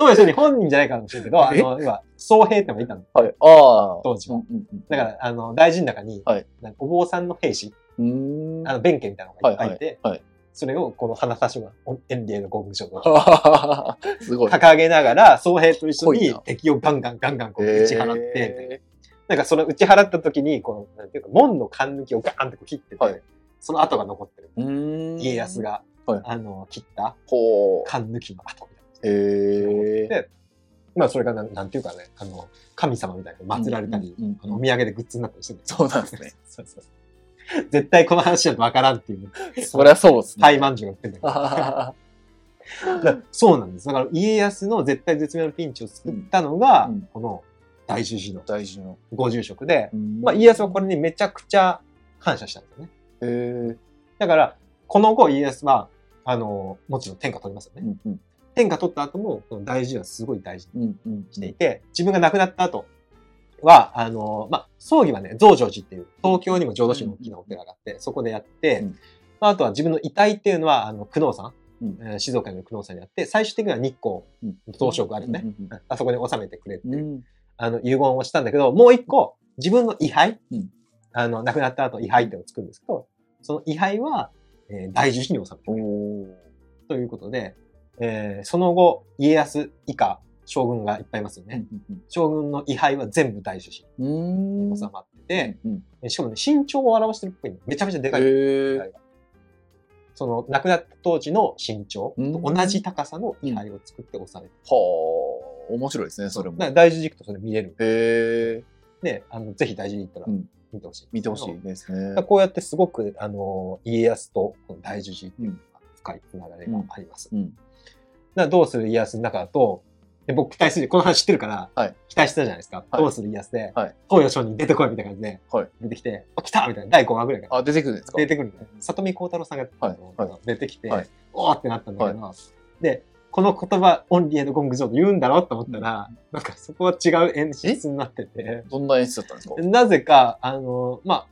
[SPEAKER 1] 洋商人本人じゃないかもしれないけど、あの、今、総兵ってもいたの、
[SPEAKER 2] はい。ああ。
[SPEAKER 1] 当時は。
[SPEAKER 2] うんうんうん
[SPEAKER 1] だから、あの、大臣の中に、
[SPEAKER 2] はい
[SPEAKER 1] なんかお坊さんの兵士、
[SPEAKER 2] うーん。
[SPEAKER 1] あの、弁慶みたいなのがいっぱいいて、
[SPEAKER 2] はい はい
[SPEAKER 1] それをこの花差しが、エンリエのゴング ショットを
[SPEAKER 2] あーすごい。
[SPEAKER 1] 掲げながら、総兵と一緒
[SPEAKER 2] かっこいい
[SPEAKER 1] に
[SPEAKER 2] な
[SPEAKER 1] 敵をガンガンガンガンこう打ち払って、みたいな
[SPEAKER 2] え
[SPEAKER 1] なんかその打ち払った時に、この、なんていうか、門の貫抜きをガーンってこう切ってて、
[SPEAKER 2] はい
[SPEAKER 1] その跡が残ってる。
[SPEAKER 2] ーうーん
[SPEAKER 1] 家康。が、
[SPEAKER 2] はい
[SPEAKER 1] あの、切った
[SPEAKER 2] ほう。
[SPEAKER 1] 缶抜きの跡みたいな。
[SPEAKER 2] へえ。
[SPEAKER 1] で、まあそれがなんなんていうかね、あの、神様みたいなの祀られたり、
[SPEAKER 2] うんうんうん
[SPEAKER 1] あのお土産でグッズになったりしてるんだよ
[SPEAKER 2] そうなんですね。
[SPEAKER 1] そうそうそう 絶対この話だとわからんっていう、
[SPEAKER 2] そりゃそうですね。
[SPEAKER 1] タイまんじゅうが売ってんだけど。
[SPEAKER 2] あ
[SPEAKER 1] だからそうなんです。だから家康の絶対絶妙なピンチを作ったのが、
[SPEAKER 2] うんうん
[SPEAKER 1] この大十字の
[SPEAKER 2] ー 大事の。
[SPEAKER 1] ご住職で、ま
[SPEAKER 2] ま
[SPEAKER 1] あ家康はこれにめちゃくちゃ感謝したんですよね。
[SPEAKER 2] れ。へえ。
[SPEAKER 1] だから、この後家康は、あの、もちろん天下取りますよね。
[SPEAKER 2] うんうん
[SPEAKER 1] 天下取った後も、この大事はすごい大事に
[SPEAKER 2] うんうん。
[SPEAKER 1] していて、自分が亡くなった後は、あの、まあ、葬儀はね、増上寺っていう、東京にも浄土宗の大きなお寺があって、そこでやって、
[SPEAKER 2] うん
[SPEAKER 1] まあ、あとは自分の遺体っていうのは、あの、久能山、
[SPEAKER 2] うん
[SPEAKER 1] えー静岡の久能山にあって、最終的には日光、東照宮あるよね。
[SPEAKER 2] うん
[SPEAKER 1] あそこに収めてくれって
[SPEAKER 2] うん
[SPEAKER 1] いうう、
[SPEAKER 2] ん。
[SPEAKER 1] あの、遺言をしたんだけど、もう一個、自分の位牌、
[SPEAKER 2] うん
[SPEAKER 1] あの、亡くなった後、位牌っていうのを作るんですけど、その位牌は、えー大樹寺に収めて
[SPEAKER 2] お
[SPEAKER 1] くれる
[SPEAKER 2] お。
[SPEAKER 1] ということで、えーその後、家康以下、将軍がいっぱいいますよね。将軍の位牌は全部大樹寺
[SPEAKER 2] うんうんうん。
[SPEAKER 1] に収まって
[SPEAKER 2] うんうん。
[SPEAKER 1] て、しかもね、身長を表してるっぽいのめちゃめちゃでかい。
[SPEAKER 2] へえ。
[SPEAKER 1] その、亡くなった当時の身長と同じ高さの位牌を作って収めて
[SPEAKER 2] はあ。面白いですね、それも。
[SPEAKER 1] る。だから
[SPEAKER 2] へ
[SPEAKER 1] 大樹寺行くとそれ見れる。
[SPEAKER 2] え。
[SPEAKER 1] で、あの、ぜひ大樹寺行ったら
[SPEAKER 2] うん
[SPEAKER 1] 見てほしい。
[SPEAKER 2] 見てほしいですね
[SPEAKER 1] だから。こうやってすごく、あの、家康とこの大樹寺っていうのが深いつながりがあります。
[SPEAKER 2] うん。
[SPEAKER 1] だからどうする家康の中だと、で僕期待する、この話知ってるから、
[SPEAKER 2] はい
[SPEAKER 1] 期待してたじゃないですか。
[SPEAKER 2] はい
[SPEAKER 1] どうする家康で、
[SPEAKER 2] はい
[SPEAKER 1] 東洋商人出てこいみたいな感じで、
[SPEAKER 2] はい
[SPEAKER 1] 出てきて、あ、来たみたいな、第5話ぐらいから。
[SPEAKER 2] あ、出てくるんですか
[SPEAKER 1] 出てくるんだよ里見光太郎さんが、
[SPEAKER 2] はい
[SPEAKER 1] あの出てきて、
[SPEAKER 2] はい
[SPEAKER 1] おーってなったんだけど、で、この言葉、オンリーのゴング上で言うんだろうと思ったら、なんかそこは違う演出になってて、
[SPEAKER 2] どんな演出だったんですか
[SPEAKER 1] なぜか、あの、まあ、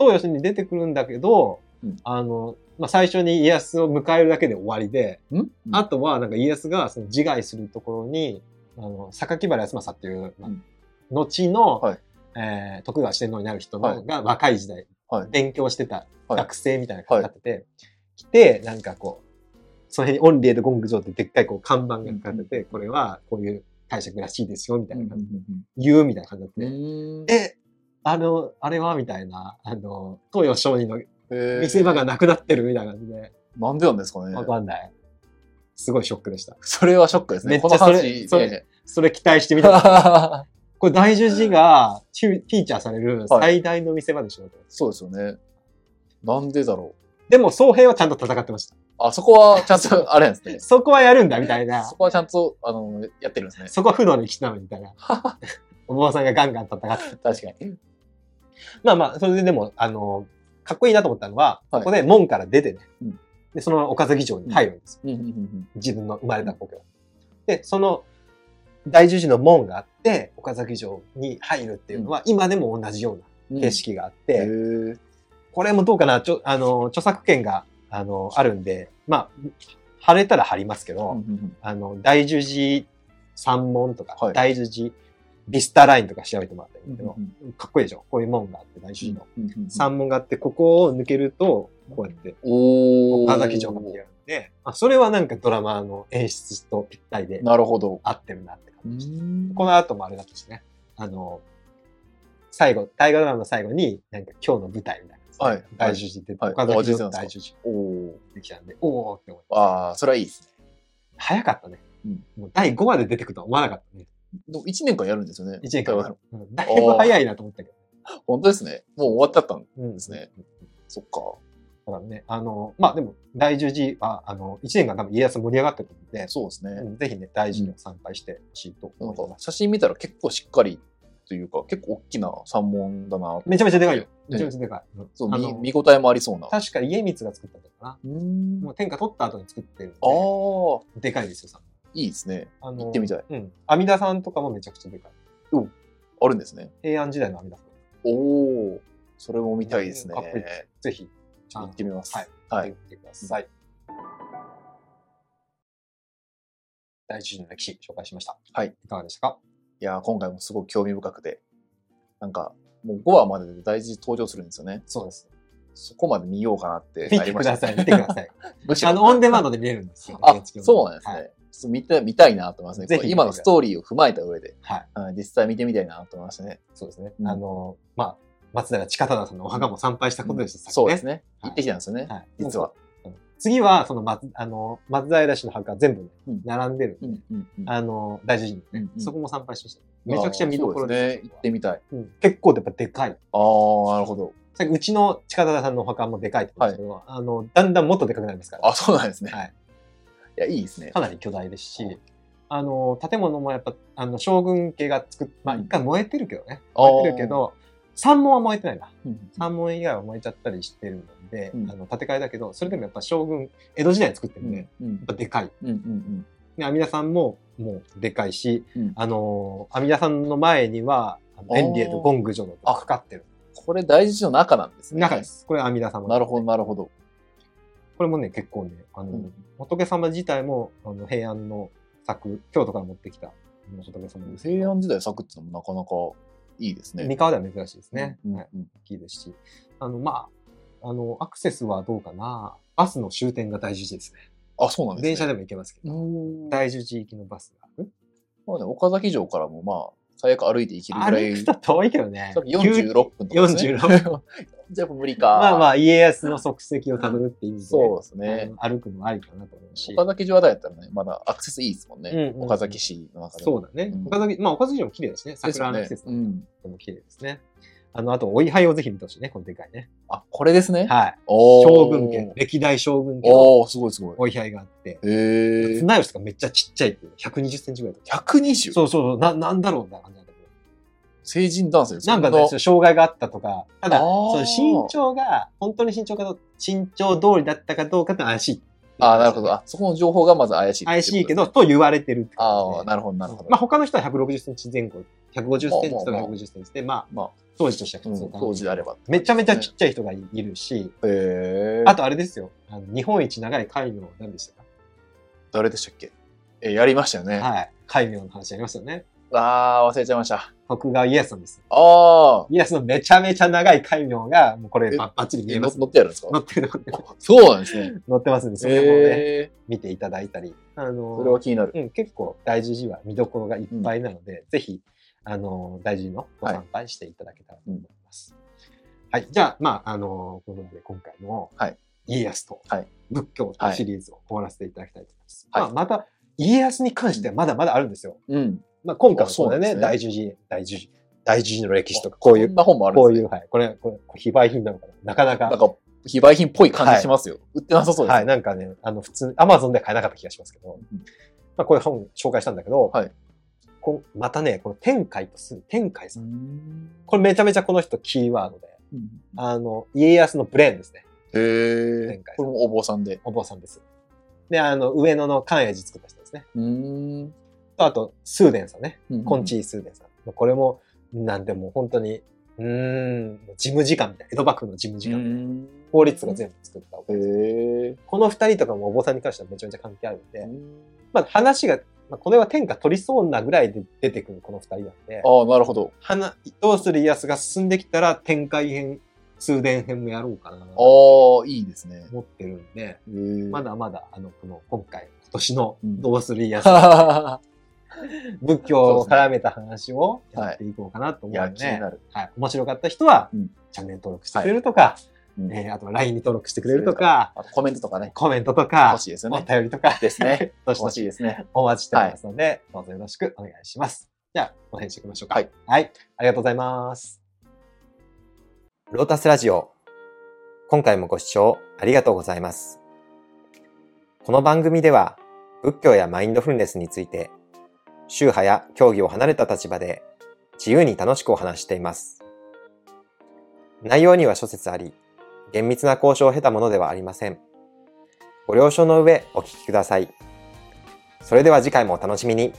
[SPEAKER 1] 東洋神に出てくるんだけど、
[SPEAKER 2] うん
[SPEAKER 1] あの、まあ、最初に家康を迎えるだけで終わりで、
[SPEAKER 2] ん
[SPEAKER 1] あとは、なんか家康がその自害するところに、あの、榊原康政っていう、まあ
[SPEAKER 2] うん
[SPEAKER 1] 後の、
[SPEAKER 2] はい
[SPEAKER 1] えー徳川四天王になる人の、
[SPEAKER 2] はい
[SPEAKER 1] が若い時代、
[SPEAKER 2] はい
[SPEAKER 1] 勉強してた
[SPEAKER 2] はい
[SPEAKER 1] 学生みたいな感じになってて、来て、なんかこう、その辺にオンリエでゴング場ってでっかいこう看板が書かれてて、これはこういう解釈らしいですよ、みたいな感じで、言うみたいな感じになってて、
[SPEAKER 2] うん。
[SPEAKER 1] え、あの、あれはみたいな、あの、東洋商人の
[SPEAKER 2] え
[SPEAKER 1] 見せ場がなくなってるみたいな感じで、
[SPEAKER 2] なんでなんですかね
[SPEAKER 1] わかんない。すごいショックでした。
[SPEAKER 2] それはショックですね。
[SPEAKER 1] めっちゃ
[SPEAKER 2] この
[SPEAKER 1] それ
[SPEAKER 2] 話
[SPEAKER 1] それ
[SPEAKER 2] で。
[SPEAKER 1] それ期待してみ た。これ大十字がフィーチャーされる最大の見せ場でしょうと、
[SPEAKER 2] そうですよね。なんでだろう。
[SPEAKER 1] でも、総兵はちゃんと戦ってました。
[SPEAKER 2] あ、そこはちゃんと、あれなんですね。
[SPEAKER 1] そこはやるんだみたいな
[SPEAKER 2] そ。こはちゃんと、あの、やってるんですね。
[SPEAKER 1] そこは不能に来たのみ たいな。お坊さんがガンガン戦って。
[SPEAKER 2] 確かに。
[SPEAKER 1] まあまあ、それででも、あの、かっこいいなと思ったのは、
[SPEAKER 2] はい
[SPEAKER 1] ここで門から出てね、
[SPEAKER 2] うん
[SPEAKER 1] で、その岡崎城に入るんですよ。
[SPEAKER 2] うんうんうん
[SPEAKER 1] 自分の生まれた故郷。で、その大十字の門があって、岡崎城に入るっていうのは、今でも同じよう
[SPEAKER 2] う
[SPEAKER 1] な
[SPEAKER 2] ん
[SPEAKER 1] 景色があって、
[SPEAKER 2] へー
[SPEAKER 1] これもどうかな、ちょあの著作権があのあるんで、まあ、貼れたら貼りますけど、
[SPEAKER 2] うんうんうん
[SPEAKER 1] あの大十字三門とか、
[SPEAKER 2] はい
[SPEAKER 1] 大十字ビスタラインとか調べてもらったらいいんだけど、
[SPEAKER 2] うん
[SPEAKER 1] かっこいいでしょこういう門があって、大十字の。
[SPEAKER 2] うんうん
[SPEAKER 1] 三門があって、ここを抜けると、こうやって、
[SPEAKER 2] おー
[SPEAKER 1] 岡崎城が見えるんで、あそれはなんかドラマの演出とぴったりで
[SPEAKER 2] なるほど。
[SPEAKER 1] 合ってるなって感じ。
[SPEAKER 2] うん
[SPEAKER 1] この後もあれだったしね、あの、最後、大河ドラマの最後に、なんか今日の舞台みたいなやつね、
[SPEAKER 2] はい
[SPEAKER 1] 大十字って、
[SPEAKER 2] はい
[SPEAKER 1] 岡
[SPEAKER 2] あ
[SPEAKER 1] 崎
[SPEAKER 2] 出てた
[SPEAKER 1] の
[SPEAKER 2] んですか
[SPEAKER 1] 大十字
[SPEAKER 2] おー
[SPEAKER 1] できたんで、おーって思って。
[SPEAKER 2] ああ、それはいいですね。
[SPEAKER 1] 早かったね。
[SPEAKER 2] うん
[SPEAKER 1] もう第5話で出てくるとは思わなかったね。
[SPEAKER 2] でも1年間やるんですよね。
[SPEAKER 1] 1年
[SPEAKER 2] 台湾
[SPEAKER 1] 間。うんだいぶ早いなと思ったけど。
[SPEAKER 2] 本当ですね。もう終わっちゃったん
[SPEAKER 1] うん
[SPEAKER 2] ですね。そっか。
[SPEAKER 1] だからね、あの、まあでも、大十字は、あの、1年間多分家康盛り上がってると思うんで、
[SPEAKER 2] そうですね。
[SPEAKER 1] うんぜひね、大十字を参拝してほしいと
[SPEAKER 2] なん
[SPEAKER 1] 思
[SPEAKER 2] か
[SPEAKER 1] います。
[SPEAKER 2] 写真見たら結構しっかりというか、結構大きな三門だな。
[SPEAKER 1] めちゃめちゃでかいよ。めちゃ
[SPEAKER 2] ね
[SPEAKER 1] めちゃでかい。うん
[SPEAKER 2] そう
[SPEAKER 1] あ
[SPEAKER 2] 見
[SPEAKER 1] の
[SPEAKER 2] 見応えもありそうな。あ
[SPEAKER 1] 確か家光が作ったんだったかな。もう天下取った後に作ってるんで、
[SPEAKER 2] あー、
[SPEAKER 1] でかいですよ、さ
[SPEAKER 2] いいですね。
[SPEAKER 1] あの
[SPEAKER 2] 行ってみたい。
[SPEAKER 1] うん。阿弥陀さんとかもめちゃくちゃでかい。
[SPEAKER 2] あるんですね。
[SPEAKER 1] 平安時代の阿弥陀さん。
[SPEAKER 2] おお、それも見たいですね。
[SPEAKER 1] うんかっこいいですぜひ、
[SPEAKER 2] ちょっと行ってみます。
[SPEAKER 1] はい。
[SPEAKER 2] はい
[SPEAKER 1] 見。てみてください。第一次の歴史紹介しました。
[SPEAKER 2] はい。
[SPEAKER 1] いかがでしたか
[SPEAKER 2] いやー、今回もすごく興味深くて、なんか、もう5話までで大事登場するんですよね。
[SPEAKER 1] そうです。
[SPEAKER 2] そこまで見ようかなって
[SPEAKER 1] 見
[SPEAKER 2] な
[SPEAKER 1] て
[SPEAKER 2] り
[SPEAKER 1] く
[SPEAKER 2] ました。
[SPEAKER 1] ださい、見てください。
[SPEAKER 2] むしろ
[SPEAKER 1] あの、オンデマンドで見れるんですよ。
[SPEAKER 2] あ
[SPEAKER 1] NHK、の
[SPEAKER 2] そうなんですね。
[SPEAKER 1] はい。
[SPEAKER 2] ちょっと見た見たいなと思いますね。
[SPEAKER 1] ぜひ
[SPEAKER 2] これ今のストーリーを踏まえた上で、
[SPEAKER 1] はい
[SPEAKER 2] あ実際見てみたいなと思いましたね。
[SPEAKER 1] そうですね
[SPEAKER 2] う。ん
[SPEAKER 1] あの、まあ、松平近忠さんのお墓も参拝したことでした、
[SPEAKER 2] そうです
[SPEAKER 1] ね。
[SPEAKER 2] ね。
[SPEAKER 1] はい
[SPEAKER 2] 行ってきたんですよね。
[SPEAKER 1] はい
[SPEAKER 2] 実は。
[SPEAKER 1] うん次は、その松、あの、松平氏の墓全部
[SPEAKER 2] うん
[SPEAKER 1] 並んでるんで、
[SPEAKER 2] うんうん
[SPEAKER 1] あの、大事に、
[SPEAKER 2] うんうん
[SPEAKER 1] そこも参拝しました。めちゃくちゃ見どころ
[SPEAKER 2] あーそうですね。行ってみたい。
[SPEAKER 1] うん結構やっぱでかい。
[SPEAKER 2] ああ、なるほど。
[SPEAKER 1] さっきうちの近田さんのお墓もでかいってことですけど、あの、だんだんもっとでかくなりますから。
[SPEAKER 2] あそうなんですね。
[SPEAKER 1] はい。
[SPEAKER 2] いや、いいですね。
[SPEAKER 1] かなり巨大ですし、あの、建物もやっぱ、あの、将軍家が作っ、まあ、一回燃えてるけどね。
[SPEAKER 2] あー
[SPEAKER 1] 燃えてるけど、三門は燃えてないな。
[SPEAKER 2] うん
[SPEAKER 1] 三門以外は燃えちゃったりしてるので、
[SPEAKER 2] うん
[SPEAKER 1] あの、建て替えだけど、それでもやっぱ将軍、江戸時代に作ってるんで、や
[SPEAKER 2] うん
[SPEAKER 1] っぱでかい。
[SPEAKER 2] うんうん
[SPEAKER 1] で、阿弥陀さんも、もう、でかいし、
[SPEAKER 2] うん
[SPEAKER 1] あの、阿弥陀さんの前には、あのエンディエとゴング城の
[SPEAKER 2] あー
[SPEAKER 1] かかってる。
[SPEAKER 2] これ大事の中なんですね。
[SPEAKER 1] 中です。これ阿弥陀様。
[SPEAKER 2] なるほど、なるほど。
[SPEAKER 1] これもね、結構ね、あの、
[SPEAKER 2] うん
[SPEAKER 1] 仏様自体も、あの、平安の作、京都から持ってきた、あの仏様です。
[SPEAKER 2] 西安時代作っていうのもなかなかいいですね。
[SPEAKER 1] 三河では珍しいですね。
[SPEAKER 2] うん
[SPEAKER 1] はい。
[SPEAKER 2] うん
[SPEAKER 1] 大きいですし。あの、まあ、あの、アクセスはどうかな。バスの終点が大樹寺ですね。
[SPEAKER 2] あ、そうなんですね。
[SPEAKER 1] 電車でも行けますけど。
[SPEAKER 2] うん
[SPEAKER 1] 大樹寺行きのバスがある。
[SPEAKER 2] まあね、岡崎城からもまあ、最悪歩いて行けるぐらい。
[SPEAKER 1] 歩くと遠いけどね
[SPEAKER 2] さっ。き46分とかですね。
[SPEAKER 1] 46分。
[SPEAKER 2] じゃあやっぱ無理か。
[SPEAKER 1] まあま
[SPEAKER 2] あ。
[SPEAKER 1] あ、家康の足跡をたどるって意味で、
[SPEAKER 2] そうですね。
[SPEAKER 1] あの歩くのもありかなと思うし。
[SPEAKER 2] 岡崎城あたりだったらね、まだアクセスいいですもんね。
[SPEAKER 1] うんうんうん
[SPEAKER 2] 岡崎市の中で
[SPEAKER 1] そう
[SPEAKER 2] う
[SPEAKER 1] だね
[SPEAKER 2] ん。
[SPEAKER 1] 岡崎、まあ、岡崎城も綺麗ですね。桜の季節
[SPEAKER 2] ね。うん。
[SPEAKER 1] とても綺麗ですね。あの、あと、お位牌をぜひ見てほしいね、このでかいね。
[SPEAKER 2] あ、これですね。
[SPEAKER 1] はい。
[SPEAKER 2] おー
[SPEAKER 1] 将軍家、歴代将軍家の
[SPEAKER 2] おー、すごいすごい。
[SPEAKER 1] お位牌があって、
[SPEAKER 2] へえ。
[SPEAKER 1] 綱吉がめっちゃちっちゃいっていう、120センチぐらいだった。
[SPEAKER 2] 120?
[SPEAKER 1] そうそうそう、な、なんだろうみたいな感じなんだけど。
[SPEAKER 2] 成人男性です
[SPEAKER 1] なんかね、そう障害があったとか、ただ、
[SPEAKER 2] あー
[SPEAKER 1] その身長が、本当に身長がど、身長通りだったかどうかって怪しい。
[SPEAKER 2] あーなるほど。。あ、そこの情報がまず怪しいってうことで
[SPEAKER 1] 怪
[SPEAKER 2] す
[SPEAKER 1] し
[SPEAKER 2] ね、
[SPEAKER 1] いけど、と言われてるって感
[SPEAKER 2] あ
[SPEAKER 1] じ
[SPEAKER 2] あ、
[SPEAKER 1] で
[SPEAKER 2] なるほど、なるほど。
[SPEAKER 1] まあ、他の人は160センチ前後、150センチとか
[SPEAKER 2] まあまあまあ
[SPEAKER 1] 150センチで、まあ、
[SPEAKER 2] まあ
[SPEAKER 1] 当時としては
[SPEAKER 2] うん
[SPEAKER 1] 普通かな
[SPEAKER 2] 当時であれば。
[SPEAKER 1] めちゃめちゃちっちゃい人がいるし、
[SPEAKER 2] ゃ。へえ。
[SPEAKER 1] あとあれですよ。あの日本一長い戒名何でしたか、
[SPEAKER 2] 誰でしたっけえー、やりましたよね。
[SPEAKER 1] はい。戒名の話ありましたよね。
[SPEAKER 2] ああ、忘れちゃいました。
[SPEAKER 1] 徳川家康さんです。
[SPEAKER 2] ああ、
[SPEAKER 1] 家康のめちゃめちゃ長い戒名が、もうこれ
[SPEAKER 2] え
[SPEAKER 1] ばばっちり見え
[SPEAKER 2] え
[SPEAKER 1] ま
[SPEAKER 2] の
[SPEAKER 1] す。
[SPEAKER 2] 乗ってやるんですか
[SPEAKER 1] 載ってるので、
[SPEAKER 2] あそうなんですね。
[SPEAKER 1] 載ってますんで、それもね、
[SPEAKER 2] ええ
[SPEAKER 1] 見ていただいたり。あ
[SPEAKER 2] それは
[SPEAKER 1] の、
[SPEAKER 2] 気になる。
[SPEAKER 1] うん、結構大事寺は見どころがいっぱいなので、ぜひ、あの、大事のご参拝していただけたらと思います。はい。じゃあ、まあ、あの、こので今回の
[SPEAKER 2] はい
[SPEAKER 1] 家康と
[SPEAKER 2] はい
[SPEAKER 1] 仏教というシリーズを終わらせていただきたいと思います。
[SPEAKER 2] はい
[SPEAKER 1] まあ、また、家康に関してはまだまだあるんですよ。
[SPEAKER 2] うん。
[SPEAKER 1] まあ、今回は
[SPEAKER 2] あ
[SPEAKER 1] そうだ
[SPEAKER 2] そうな
[SPEAKER 1] ね。
[SPEAKER 2] んですね
[SPEAKER 1] 大十字、大十字、大十字の歴史とか、こうい
[SPEAKER 2] こ
[SPEAKER 1] う、
[SPEAKER 2] んな本もある
[SPEAKER 1] こ
[SPEAKER 2] ん
[SPEAKER 1] う
[SPEAKER 2] です
[SPEAKER 1] い
[SPEAKER 2] ね。
[SPEAKER 1] う、はい。これ、これ、非売品なのかななかなか。
[SPEAKER 2] なんか、非売品っぽい感じしますよ。売ってなさそうです。
[SPEAKER 1] はい。なんかね、あの、普通、アマゾンでは買えなかった気がしますけど、
[SPEAKER 2] うん
[SPEAKER 1] まあ、こういう本紹介したんだけど、
[SPEAKER 2] はい
[SPEAKER 1] こうまたね、この天海とす、天海
[SPEAKER 2] う
[SPEAKER 1] さん。
[SPEAKER 2] ん
[SPEAKER 1] これめちゃめちゃこの人キーワードで、あの、家康のブレーンですね。
[SPEAKER 2] へえ
[SPEAKER 1] 前。回
[SPEAKER 2] これもお坊さんで。
[SPEAKER 1] お坊さんです。で、あの、上野の寛永寺作った人ですね。
[SPEAKER 2] うん。
[SPEAKER 1] と、あと、スーデンさんね。コン
[SPEAKER 2] ー
[SPEAKER 1] チースーデンさん。もうこれも、なんでもう本当に、うーん、事務次官みたいな。江戸幕府の事務次官みたいな。法律が全部作ったお坊さん
[SPEAKER 2] へえ。
[SPEAKER 1] この二人とかもお坊さんに関してはめちゃめちゃ関係あるんで、
[SPEAKER 2] うん
[SPEAKER 1] まあ話が、まあ、これは天下取りそうなぐらいで出てくるこの二人なんで、
[SPEAKER 2] ああ、なるほど。
[SPEAKER 1] 花どうする家康が進んできたら展開編、通電編もやろうかなと
[SPEAKER 2] ああ、いいですね。
[SPEAKER 1] 思ってるんで、
[SPEAKER 2] へえ
[SPEAKER 1] まだまだ、あの、この、今回、今年の
[SPEAKER 2] うん
[SPEAKER 1] どうする家 康、
[SPEAKER 2] は
[SPEAKER 1] 仏教を絡めた話をやっていこうかなと
[SPEAKER 2] い
[SPEAKER 1] 思う
[SPEAKER 2] や、
[SPEAKER 1] の
[SPEAKER 2] 気
[SPEAKER 1] で、
[SPEAKER 2] になる。
[SPEAKER 1] はい、面白かった人は、
[SPEAKER 2] うん
[SPEAKER 1] チャンネル登録してくれるとか、
[SPEAKER 2] うん
[SPEAKER 1] えーあとは LINE に登録してくれるとか、
[SPEAKER 2] あとコメントとかね、
[SPEAKER 1] コメントと
[SPEAKER 2] 欲
[SPEAKER 1] か、
[SPEAKER 2] しいですよ
[SPEAKER 1] お
[SPEAKER 2] ね。
[SPEAKER 1] 便りとか、
[SPEAKER 2] ですね。
[SPEAKER 1] どしど
[SPEAKER 2] 欲
[SPEAKER 1] し
[SPEAKER 2] しいですね。
[SPEAKER 1] お待ちしておりますので、どうぞよろしくお願いします。じゃあ、お返事していきましょうか。
[SPEAKER 2] はい。
[SPEAKER 1] ありがとうございます。ロータスラジオ。今回もご視聴ありがとうございます。この番組では、仏教やマインドフルネスについて、宗派や教義を離れた立場で、自由に楽しくお話しています。内容には諸説あり、厳密な交渉を経たものではありません。ご了承の上、お聞きください。それでは次回もお楽しみに。